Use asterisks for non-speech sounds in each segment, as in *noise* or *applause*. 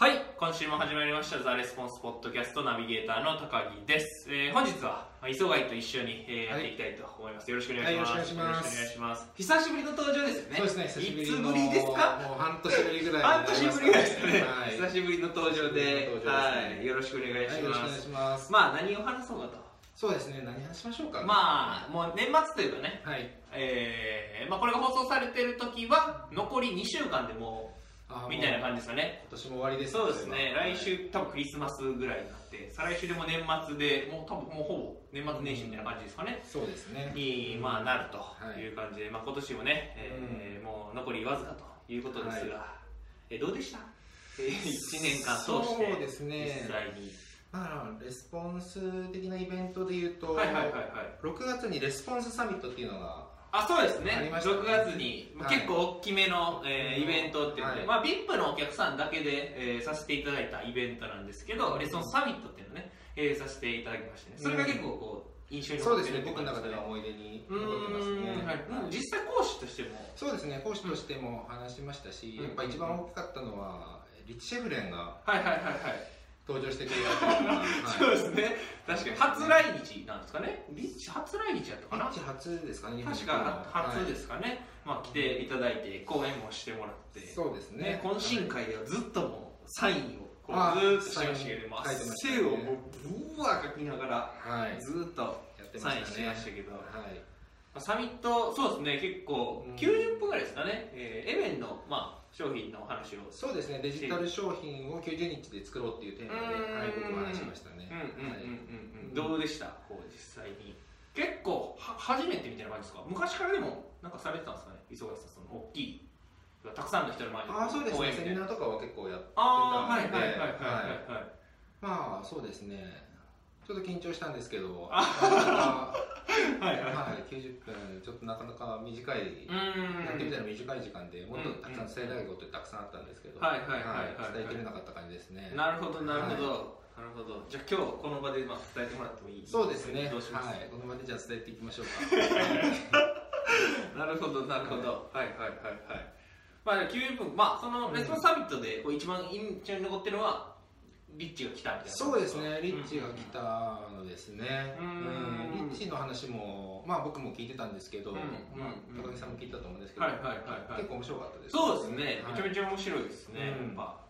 今週も始まりました「ザ・レスポンスポッドキャストナビゲーターの高木です、えー本日はまあ磯貝と一緒に、えーやっていきたいと思います、よろしくお願いします、はいよろしくお願よろいしますしくお願いします久しぶりの登場ですよねそうですね、久しぶりのいつぶりですかもう半年ぶりぐらい半年ぶりぐらいですね、はい、久しぶりの登場で久しぶりの登場ですねはい、よろしくお願いはいしよろましくおす,、願いします。まあ何を話そうかそうですね、何話しましょうか。とまあもう年末というかね、あ、はい。えーまあ、これが放送されてる時は残り2週間でもあうみたいなもう感じですかね今年も終わりです。そうですね、はい来週、多分クリスマスぐらいになって、再来週でも年末で、もう多分もうほぼ年末年始みたいな感じですかね、そうですね。に、うんまあ、なるという感じで、まあ今年もね、えーうもう残りわずかということですが、えどうでした、え1年間通して、そうですね実際に。まあ、レスポンス的なイベントで言うと、はいはいはいはい。 6月にレスポンスサミットっていうのが、あそうですねありましたね6月に、はい結構大きめの、えーうんイベントっていうので、はいまあ、VIP のお客さんだけで、えーさせていただいたイベントなんですけど、レッソンサミットっていうのをね、えーさせていただきましてねそれが結構こう印象にそ残うっでてするね、って僕感のじす中でねは思い出にう残ってますねーん、はいうんはい実際講師としてもそうですね、講師としても話しましたし、うんやっぱ一番大きかったのは、リッチ・シェフレンがはいはいはいはい、登場してくれたっていうのが、はいそうですね確かに初来日なんですかねリッチ初来日やったかリなッチ初ですかね、日本に来確たのか初はいですかね、まあ来ていただいて講演もしてもらってそうですね、ね懇親会ではずっともうサインをこあうずーっとしてましたけど、もうサイン書いてましたね汗をもうぶわー書きながらはいずーっとやってまサイしンしたてまねしたけど、まはいあサミットそうですね結構うん90分ぐらいですかね、えーエベンのまあ商品のお話をそうですねデジタル商品を90日で作ろうっていうテーマで、うんはい、僕も話しましたねうんうんうんはいうんうんどうでしたこう実際に結構は初めてみたいな感じですか昔からでもなんかされてたんですかね磯貝さんその大きいたくさんの人の前でああそうです講演ねみたいセなミナーとかは結構やってたあーのではいはいはいはいはいはいまあそうですねちょっと緊張したんですけどあなかなかはいはいはい90分ちょっとなかなか短い、うーんやってみたら短い時間でもっとたくさん伝えたいことってたくさんあったんですけど、はいはいはいはい伝えきれなかった感じですねなるほどなるほど、なるほどじゃあ今日この場でまあ伝えてもらってもいいそうですねどうします、はい、この場でじゃあ伝えていきましょう *laughs* かなるほどなるほど、はい、はいはいはいまあ90分まあそのレスポンスサミットでこう一番印象に残ってるのはリッチが来たみたいなそうですね、リッチが来たのですね。ううんんリッチの話も、まあ僕も聞いてたんですけど、うんまうんあ高木さんも聞いたと思うんですけど、はいはいはいはい結構面白かったです。そうですね、はいめちゃめちゃ面白いですね、うんやっぱ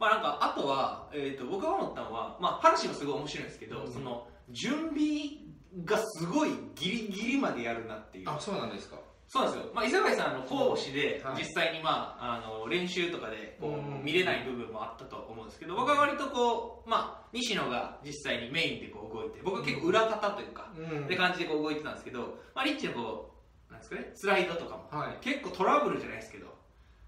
まあなんかあとは、えー、と僕が思ったのは、まあ、話もすごい面白いんですけど、うんその準備がすごいギリギリまでやるなっていうあ、そうなんですか。そうなんですよ、まあ、磯貝さんの講師で、はい実際に、まあ、あの練習とかでこう、うん見れない部分もあったと思うんですけど僕は割とこう、まあ、西野が実際にメインでこう動いて僕は結構裏方というか、うんって感じでこう動いてたんですけど、まあ、リッチのこうなんですかねスライドとかもはい。結構トラブルじゃないですけど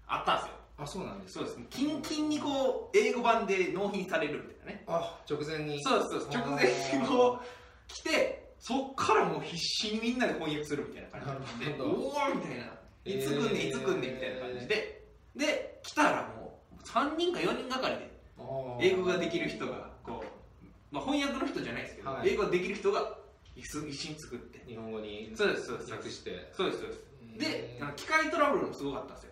あったんですよあ、そうなんですそか。うですねキンキンにこう英語版で納品されるみたいなねあ、直前に。そうですそうです直前にこう来てそっからもう必死にみんなで翻訳するみたいな感じでなるほどおおみたいないつ来んねんえーいつ来んねんみたいな感じでで来たらもう3人か4人がかりであー英語ができる人がこう、まあ、翻訳の人じゃないですけど、はい英語ができる人が一緒に作って日本語にそうですそうです訳して。そうですそうですでえあーの機械トラブルもすごかったんですよ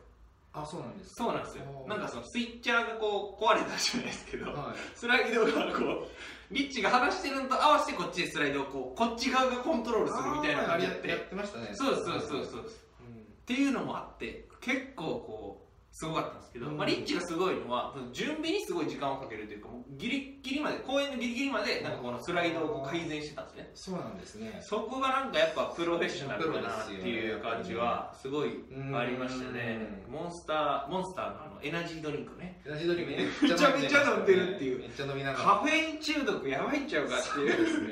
あ、そうなんですか。そうなんですよおーなんかそのスイッチャーがこう壊れたじゃないですけど、はい。スライドがこうリッチが話してるのと合わせてこっちでスライドをこうこっち側がコントロールするみたいな感じやっあーやっててましたね。そうですそうですそうですうそうですっん。ていうのもあって結構こうすごかったんですけど、うんまあ、リッチがすごいのは準備にすごい時間をかけるというかもうギリギリまで公演のギリギリまでなんかこのスライドをこう改善してたんですねそうなんですね。そこがなんかやっぱプロフェッショナルだなっていう感じはすごいありましたねうんモンスターモンスターのあのエナジードリンクねラジドリめめちゃめちゃ飲んでるっていうめっちゃ飲みながらカフェイン中毒やばいんちゃうかっていうそうですね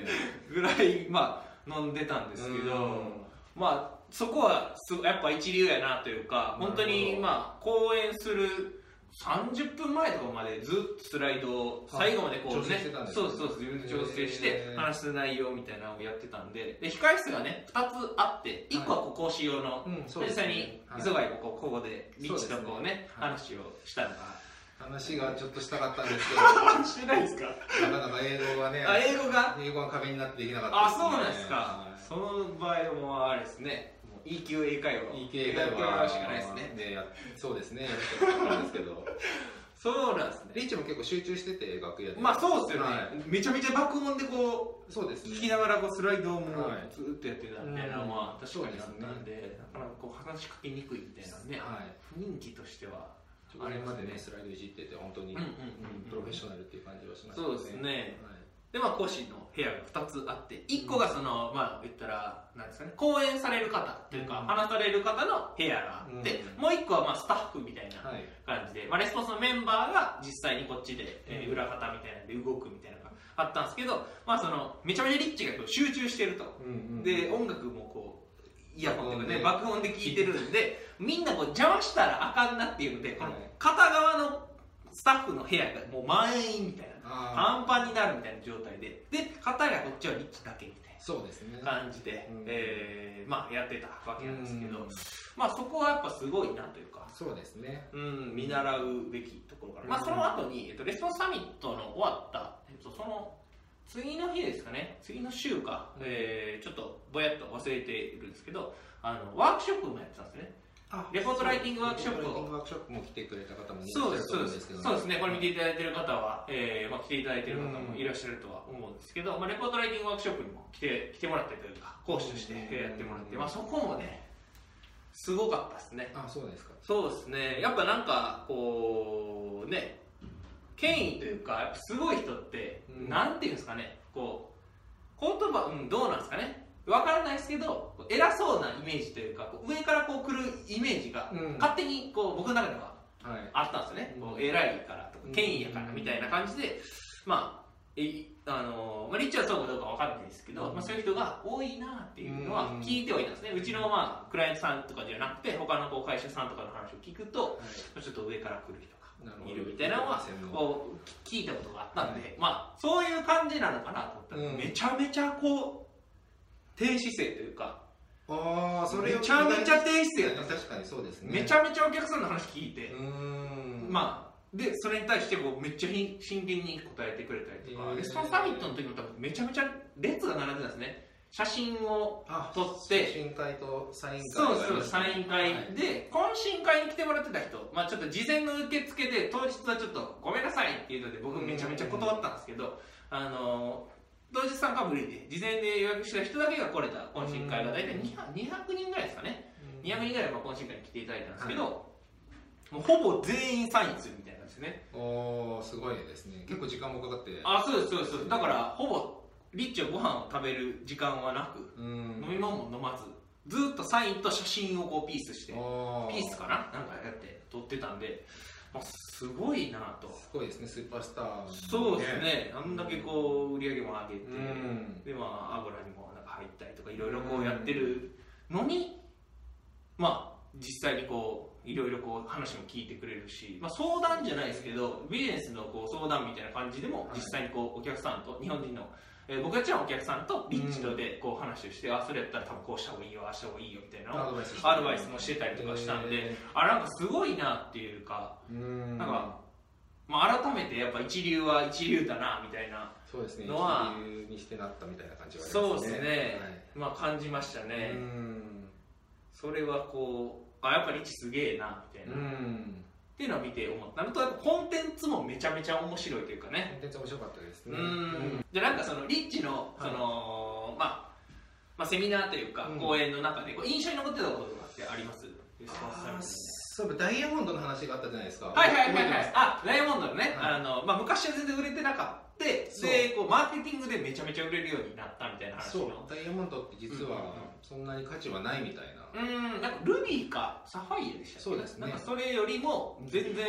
ぐらい、まあ、飲んでたんですけど、まあ、そこはすやっぱ一流やなというか本当なるに、ほどまあ、講演する30分前とかまでずっとスライドをはい最後までこうね,、調整してたんですそねうそう自分で調整してへー話す内容みたいなのをやってたんでで控え室がね2つあって1個はこう講師用の、うん、そう実です際ねにはい磯貝がこうここでリッチとこうねそう話をしたのが話がちょっとしたかったんですしてないですかけどなかなか英語がねあ英語が英語が壁になってできなかったあ、ですねそうなんですかは。その場合もあれですね。もう EQ 英会話をいいいやってもらうしかないですね。ねやそうですねやるしかないんですけどそうなんですねリッチも結構集中してて楽屋でまあそうですよね、はめちゃめちゃ爆音でこいそうでうすね聞きながらこうスライドをもうはいずっとやってたみたいなのはうん確かにあったんで,、そうですねなかなかこう話しかけにくいみたいなね、はい雰囲気としてはちょっとこれまでありますねねスライドいじってて本当に、うんうんうんプロフェッショナルっていう感じはしますそうですねはいでまあ講師の部屋が2つあって1個がその、まあ言ったらなんですかね講演される方っていうか、うん話される方の部屋があって、うもう1個はまあスタッフみたいなはい感じで、まあ、レスポンスのメンバーが実際にこっちで、えーうん裏方みたいなんで動くみたいなのがあったんですけど、まあ、そのめちゃめちゃリッチがこう集中してると、うんうんで音楽もこうイヤホンとかね爆爆音で聞いてるんでみんなこう邪魔したらあかんなっていうのでこのはい片側のスタッフの部屋がもう満員みたいなあパンパンになるみたいな状態でで片やこっちはリッチだけみたいーそうですねな感じで、うんえーまあ、やってたわけなんですけど、うんまあ、そこはやっぱすごいなというか。そうですねうん、見習うべきところかな、まあ、うんその後に、えっと、レスポンスサミットの終わった、えっと、その次の日ですかね次の週か、うんえーちょっとぼやっと忘れているんですけどあのワークショップもやってたんですねレポートライティングワークショップをレポートライティングワークショップも来てくれた方もいらっしそうゃでるすとそう思でんですすけどそうですねこれ見ていただいてる方は、えーまあ、来ていただいてる方もうんいらっしゃるとは思うんですけど、まあ、レポートライティングワークショップにも来て来てもらったりというか講師としてうんやってもらって、まあ、そこもねすごかったですねあそうですかそうですねやっぱなんかこうね権威というかやっぱすごい人って、うんなんていうんですかねこう言葉、うん、どうなんですかねわからないですけどこう偉そうなイメージというかこう上からこう来るイメージが、うん勝手にこう僕の中でははいあったんですよね、うんこう偉いからとかうん権威やからみたいな感じで、まあえいあのーまあ、リッチはそうかどうかわかんないですけど、うんまあ、そういう人が多いなっていうのはうん聞いてはいたんですね、うちの、まあ、クライアントさんとかじゃなくて他のこう会社さんとかの話を聞くとちょっと上から来る人がなるほどいるみたいなのは専門こう聞いたことがあったんで、はまあ、そういう感じなのかなと思ったら、うんめちゃめちゃこう低姿勢というか、ああそれをめちゃめちゃ低姿勢やったんですよ確かにそうですねめちゃめちゃお客さんの話聞いてう、ーんまあ、でそれに対してこうめっちゃひ真剣に答えてくれたりとか、へーレスポンスサミットの時も多分めちゃめちゃ列が並んでたんですね写真をあ撮って新会とサイン会そうがあそりうましたねサイン会、はいで懇親会に来てもらってた人、まあ、ちょっと事前の受付で当日はちょっとごめんなさいっていうので僕めちゃめちゃ断ったんですけど、あの当日参加無理で事前で予約した人だけが来れた懇親会が大体うん 200, 200人ぐらいですかねうん200人ぐらいまあ懇親会に来ていただいたんですけど、もうほぼ全員サインするみたいなんですねおーすごいですね結構時間もかかってあそうですそうですそうですだからほぼリッチはご飯を食べる時間はなく、う飲んみ物も飲まずずーっとサインと写真をこうピースしてあピースかななんかやって撮ってたんで、まあ、すごいなとすごいですねスーパースターそうですねあんだけこう売り上げも上げて、うんでまあ油にもなんか入ったりとかいろいろこうやってるのに、まあ実際にこういろいろこう話も聞いてくれるし、まあ、相談じゃないですけどビジネスのこう相談みたいな感じでもはい実際にこうお客さんと日本人の、えー僕たちはお客さんとリッチとでこう話をして、あそれやったら多分こうした方がいいよああした方がいいよみたいなのをアドバイスしてアドバイスもしてたりとかしたんで、へあなんかすごいなっていうか、ーうんなんか、まあ、改めてやっぱ一流は一流だなみたいなそうですねのは一流にしてなったみたいな感じはありますねそうですね、まあ感じましたはいね、うんそれはこうあやっぱりチすげえなみたいな、うっんていうのは見て思ったのとやっぱコンテンツもめちゃめちゃ面白いというかねコンテンツ面白かったですうんねじゃあなんかそのリッチのそはいの、まあまあ、セミナーというかうん講演の中でこう印象に残ってたこととかってありますレスポンスサミッあートでそういえばダイヤモンドの話があったじゃないですかはいはいはい覚えてはまいすあダイヤモンドのね、はいあのまあ、昔は全然売れてなかったそうでこうマーケティングでめちゃめちゃ売れるようになったみたいな話そうのダイヤモンドって実うんうんうんはそんなに価値はないみたいな、うーんなんかルビーかサファイアでしたっけそうですねなんかそれよりも全然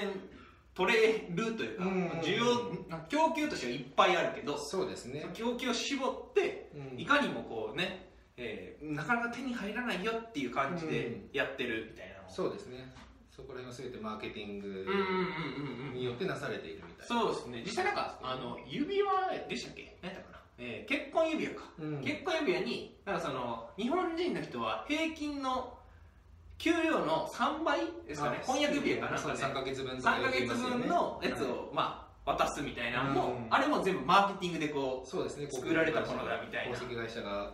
取れるというか、うん需要なんか供給としてはいっぱいあるけど、そうですね、供給を絞ってうんいかにもこうね、えーなかなか手に入らないよっていう感じでうんやってるみたいなのそうですねそこら辺は全てマーケティングうんうんうんうんによってなされているみたいな、そうですね実際なんかあの指輪でしたっけ何だったかな、えー結婚指輪かうん結婚指輪になんかその日本人の人は平均の給料の3倍ですかねあ婚約指輪かなんかね3ヶ月分とか3ヶ月分のやつを、まあ、渡すみたいなのも、うんあれも全部マーケティングでこうそうですね作られたものだみたいな宝石会社が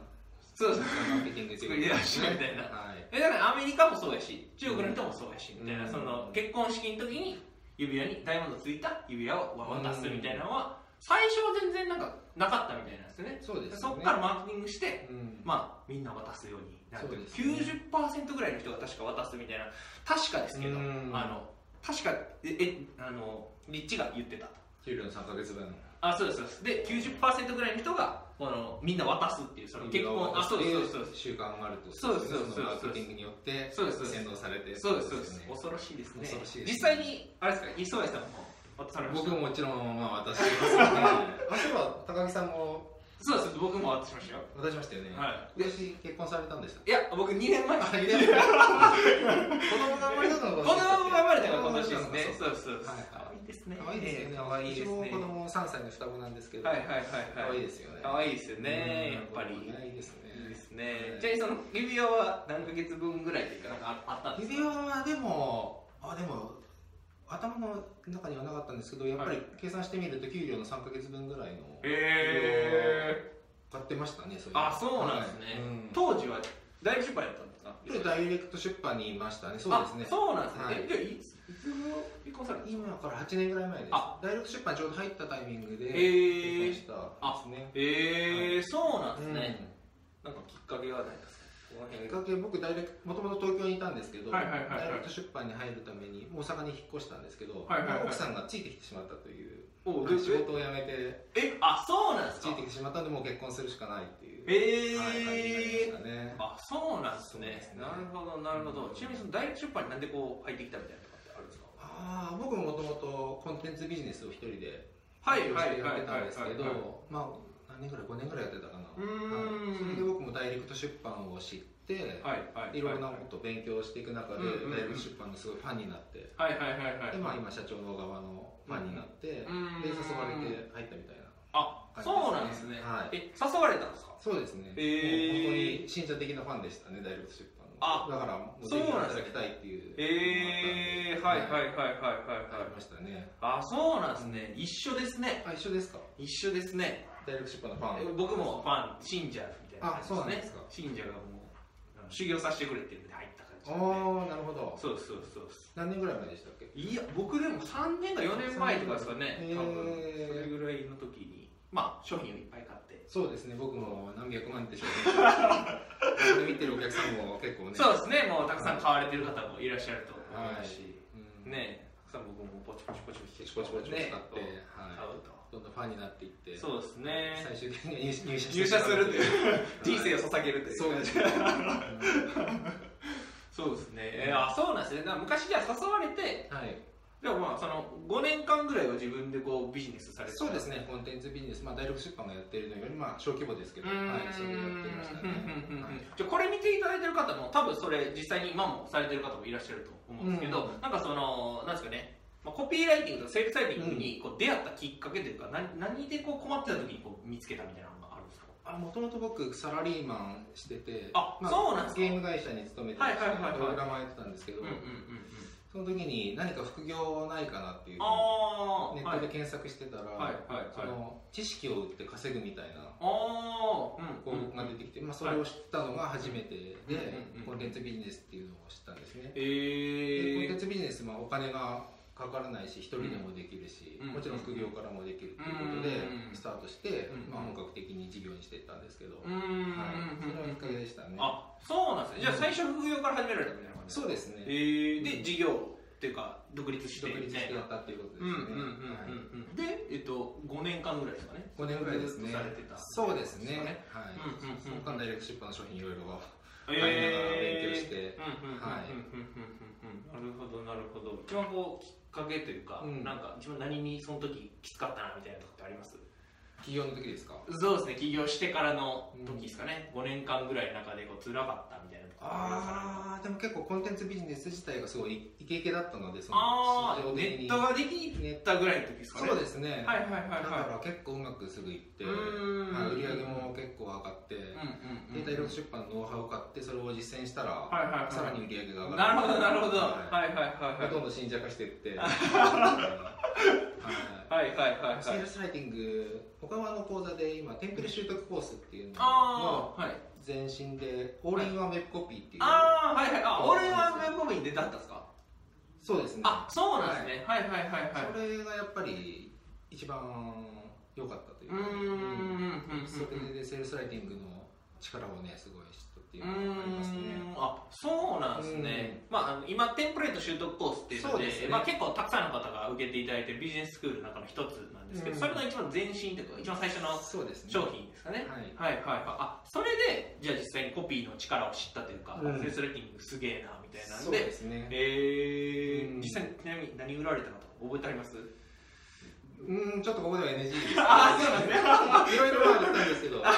そうそうマーケティング作り出したみたいなはいえだからアメリカもそうやし中国の人もそうやしみたいな、うんその結婚式の時に指輪にダイヤモンドついた指輪を渡すみたいなのは、最初は全然なんかなかったみたいなんですよね。そうですそよこねからマーケティングして、うんまあ、みんな渡すようになって、そうですね90%ぐらいの人が確か渡すみたいな、確かですけど、うんあの確か、え、えあの、リッチが言ってたと。給料の3ヶ月分あ、そうです、そうです。で、90%ぐらいの人が、この、みんな渡すっていう、その結婚、あ、そうです、そうです、そうです。習慣があるとそうですそうですのマーケティングによってそうですそうです洗脳されてそうですそうですね恐ろしいですね恐ろしいですね実際にあれですか磯貝さんも渡されました僕ももちろんまあ渡してます *laughs* よねあそういえば高木さんもそうです僕も渡しましたよ渡しましたよねは今年結婚されたんでしたいや僕2年前まで子供が生まれたの子が供が生まれたのが今年ですねそそうですそうですはい可愛いですねう可愛いですよね可愛いですうねちも子供3歳の双子なんですけどはいはい可はいは愛いいですよね可愛いですよねうんやっぱり可愛いですねいいですはねいじゃあその指輪は何ヶ月分ぐらいというかなんかあったんですか指輪はでもあでも頭の中にはなかったんですけどやっぱり計算してみると給料の3か月分ぐらいのへ買ってましたねそれーあそうなんですねはいうん当時は大出版やったんですかダイレクト出版にいましたねそうですねあそうなんですねはいえじゃあいついつ頃離婚されたんですか今から8年ぐらい前ですあダイレクト出版ちょうど入ったタイミングでへー結婚したんですねえーそうなんですね、うんなんかきっかけはないですかこのきっ辺かけ僕ダイレクトもともと東京にいたんですけど、はいはいはいはいダイレクト出版に入るために大阪に引っ越したんですけど、はいはいはい奥さんがついてきてしまったというおう仕事を辞めてえあそうなんですついかてきてしまったのでもう結婚するしかないっていう、えーはい、感じになりましたねあそうなんですそうねですねなるほどなるほど、うんちなみにその大学出版になんでこう入ってきたみたいなとかってあるんですかああ僕ももともとコンテンツビジネスを一人ではいやはっいはいはいてたんですけはいはいどまあ何年ぐらい5年ぐらいやってたかなうーんはいそれで僕もダイレクト出版を知って、はいはいいろいろなことを勉強していく中で、うんうんうんダイレクト出版のすごいファンになって、はいはいはいはいでまあ今社長の側のファンになっうーて、でん誘われて入ったみたいなあそうなんですね、はいえ誘われたんですかそうですね、へーもう本当に信者的なファンでしたねダイレクト出版のあだからもうそうぜひなんですね働きたいっていうええー、はいはいはいはいはいあはいりましたね。あそうなんですね一緒ですねあ、一緒ですか一緒ですねダイレクト出版のファン。僕もファン信者みたいな感じあそうなんですか信者がもうあの修行させてくれっていうんで入った感じなあんあ、なるほどで。そうそうそうそ何年ぐらい前でしたっけういや僕でも3年か4年前とかですかねへー多分それぐらいの時にまあ商品をいっぱい買ってそうですね、僕も何百万って商品買って。これ見てるお客さんも結構ね。そうですねもうたくさん買われてる方もいらっしゃると思いますし、うん。ねたくさん僕もポチポチポチポポチチポチポチ使って、ね買はうと、い。どんどんファンになっていって。そうですね最終的に入入社入社するって *laughs* う。いう人生を捧げるっていうそうですね。そうですね、えーあそうなんですねだから昔じゃあ誘われてはい。でもまあその5年間ぐらいは自分でこうビジネスされてたそうですね、コンテンツビジネス、まあ、ダイレクト出版がやってるのより、まあ、小規模ですけうど、ーんはい、それをやってましたね。うんうんうんうんはいじゃあこれ見ていただいてる方も多分それ実際に今もされてる方もいらっしゃると思うんですけど、うんなんかそのなんですかねまあコピーライティングとセールスライティングにこう出会ったきっかけというか、何何でこう困ってた時にこう見つけたみたいなのがあるんですかあもともと僕サラリーマンしててあそうなんですかゲーム会社に勤めてましてはいはいはいはいドラマやってたんですけど、うんうんうんうんその時に何か副業ないかなっていうあネーッはトでい検索してたら、はいはいはいその知識を売って稼ぐみたいなあーう広んうん告が出てきて、まあ、それを知ったのが初めてで、うんうんコンテンツビジネスっていうのを知ったんですね、えでコンテーンツビジネスはお金がかからないし一人でもできるし、うんもちろん副業からもできるということでうんスタートして、うんまあ、本格的に事業にしていったんですけうど、ーんうんうんはい、それはきっかけでしたね。あそうなんですねじゃあ最初副業から始められたみたいな感じそうですね。えー、で事業っていうか独立して独み立たしいてやなったっていうことでうんすうんねうん。はいうんうんで、えっと、5年間ぐらいですかね五年ぐらいですねずっとされてた。そうですそうですねね。はいうんうんうん。その間ダイレクト出版の商品いろいろえー勉強してうんうんうんうんはいうんうんうんなるほどなるほど一番こうきっかけというか、うんなんか自分何にその時きつかったなみたいなとこってあります企業の時ですか。そうですね起業してからの時ですかね、五5年間ぐらいの中でこう辛かったみたいなとこってりますかねああ、でも結構コンテンツビジネス自体がすごいイケイケだったので、そのあ市ー場ネ的ッにトができたぐらいの時ですかねそうですね。はいはいはいはいだから結構うまくすぐいって、うーんはい売り上げも結構上がって、うでんうんうんダイレクト出版のノウハウを買ってそれを実践したはいはいはらいさらに売り上げが上がなるほどなるほど、ははいい、はいはいはいどんどん信者化していって、はいはいはいはいセーはいルスライティング他はあの講座で今テンプレ習得コースっていうののああはい前身でオールインワンウェブコピーっていうああはいはいあ俺はウェブコミに出たんですかそうですねあそうなんですね、はい、はいはいはいはいそれがやっぱり一番良かったといううーんかうんうんうんそれでセールスライティングの力をねすごい知ったっていううのがありますねーんあそうなんですね、まああの、今テンプレート習得コースっていうのそうでですねまあ、結構たくさんの方が受けていただいてるビジネススクールの中の一つなんですけど、うんそれの一番前身というか一番最初のそうですね商品ですかね、ははいいはいはいあそれでじゃあ実際にコピーの力を知ったというか、うんセンスレッティングすげえなみたいなんそうでですねえーうん実際にちなみに何売られたかとか覚えてありますうんちょっとここでは NG ですあそうなんですねいろいろまあ売ったんです *laughs* けどま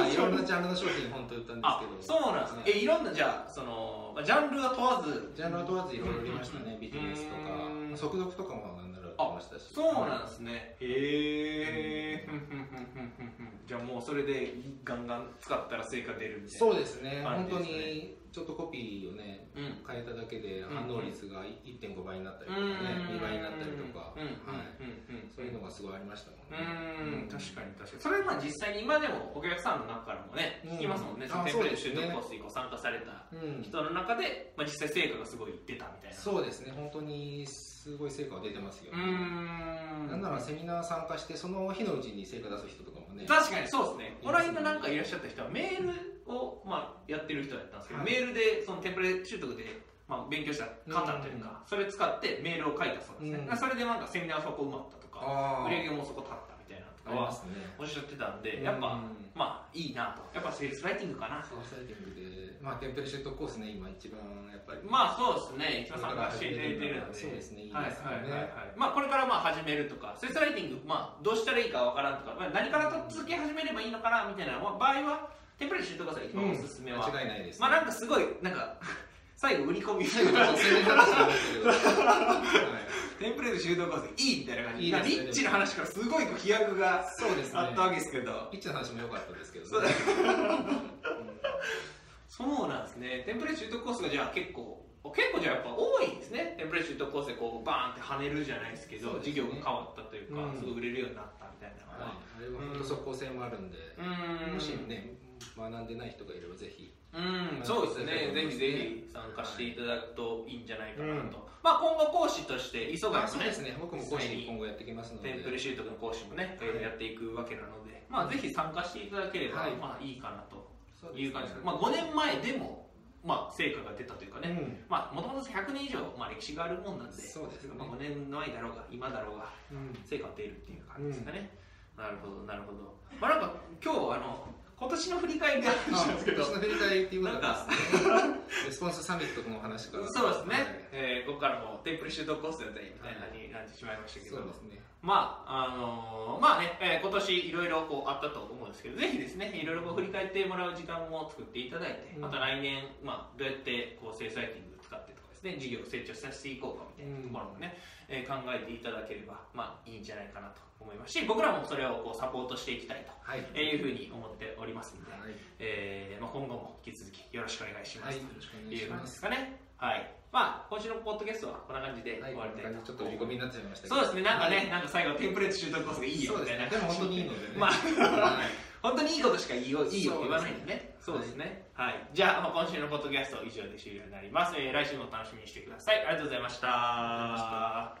あいろんなジャンルの商品本当売ったんあですけそどうなんですねえいろんなじゃあそのまあジャンルは問わずジャンルは問わずいろいろ売りましたね、うんビジネスとうんか速読とかもなんなら売ってましたしそうなんですねへえふんふんふんふんふんふんじゃあもうそれでガンガン使ったら成果出るみたいなそうですね、感本じ当ですねにちょっとコピーをね、うん変えただけでうん反応率が1.5倍になったりとかね、うん2倍になったりとか、うんうんはい、うんうんそういうのがすごいありましたもんうーね。ん確かに確かにそれはまあ実際に今でもお客さんの中からもねうん聞きますもんね、そのあテンプレートそうです習ね得コースにこう参加されたうん人の中で、まあ、実際成果がすごい出たみたいなそうですね、本当にすごい成果は出てますよ、うーんなんならセミナー参加して、その日のうちに成果出す人とかもね、確かにそうですねこの間なんかいらっしゃった人はメールを、まあ、やってる人だったんですけど、はいメールでそのテンプレ習得で、まあ、勉強した方というか、それ使ってメールを書いたそうですね、うだんからそれでなんかセミナーはそこ埋まったとかあ売り上ーげもそこ立ったみたいなとあかりまはすね。おっしゃってたんでやっぱ、うんまあいいなとやっぱセールスライティングかなセールスライティングで、まあ、テンプレ習得コースね、今一番やっぱり、まあそうですね、一番参加していただいてるので、そうですねいいはいはでいすよねはいはいまあこれからまあ始めるとか、セールスライティング、まあ、どうしたらいいかわからんとか、まあ、何からと続け始めればいいのかなみたいな、まあ、場合は、テンプレートしてください、一番おすすめは。間違いないです、まあなんかすごい、なんか、 *laughs* 最後、売り込 *laughs* み、最後ちょっと宣伝の話なんですけど、はいテンプレート修道構成いいみたいな感じいいですねリッチな話からすごいこう飛躍がそうですねあったわけですけど。ピッチの話も良かったですけど、ね、そうだうんそうなんですね。テンプレ習得コースがじゃあ結構、結構じゃあやっぱ多いんですね。テンプレ習得コースでこうバーンって跳ねるじゃないですけど、そうです事ね業が変わったというか、うんすごい売れるようになったみたいなのは。、はいあれは本当即効性もあるんで、うーん。もしね、学んでない人がいればぜひ、うん、そうですね。ぜひぜひ参加していただくといいんじゃないかなと。まあ今後講師として、磯貝もあそうねで、すね、僕も講実際に師今後やってきますので、テンプレ習得の講師もね、いろいろやっていくわけなので、まあぜひ参加していただければ、はいまあいいかなとそうですいねう感じです。まあ5年前でも、まあ成果が出たというかね、うんまあ、もともと100年以上、まあ、歴史があるもんなんで、そうですねまあ、5年前だろうが、今だろうが、うん成果が出るっていう感じですかね。なるほど、なるほど。まあ、なんか、今日、あの、今年の振り返りがあるんあですけ今ど、年そうの振り返りっていうことなんですね。レスポンスサミットのお話から。ですね、はいえーここからもテンプレ習得コースだったりみたいな感じになってしまいましたけど、そうですね。まあ、あのーまあね、えー今年いろいろこうあったと思うんですけど、ぜひですね、いろいろこう振り返ってもらう時間を作っていただいて、うんまた来年、まあ、どうやってこう、セールスライティング使ってとかですね、事業を成長させていこうかみたいなところもね、えー考えていただければ、まあ、いいんじゃないかなと思いますし、僕らもそれをこう、サポートしていきたいはい。というふうに思っておりますので、はいえーまあ、今後も引き続きよろしくお願いしまはい、す。よろしくおと願いいしう感ま。じですすかね。はい。まあ、今週のポッドキャストはこんな感じではい、終こわんりなたい感じでちょっと売り込みになっちゃいましたけど。そうですね、なんかね、はいなんか最後、テンプレート習得コースがいいよそうみたいですな、ね。でも本当にいいのでね。まあ、はい本当にいいことしかいいよ、いいよってそうですね言わないんでね。そそううでですすね。はい。じゃあ、まあ、今週のポッドキャスト以上で終了になります。えー来週もお楽しみにしてください。ありがとうございました。りがとうございま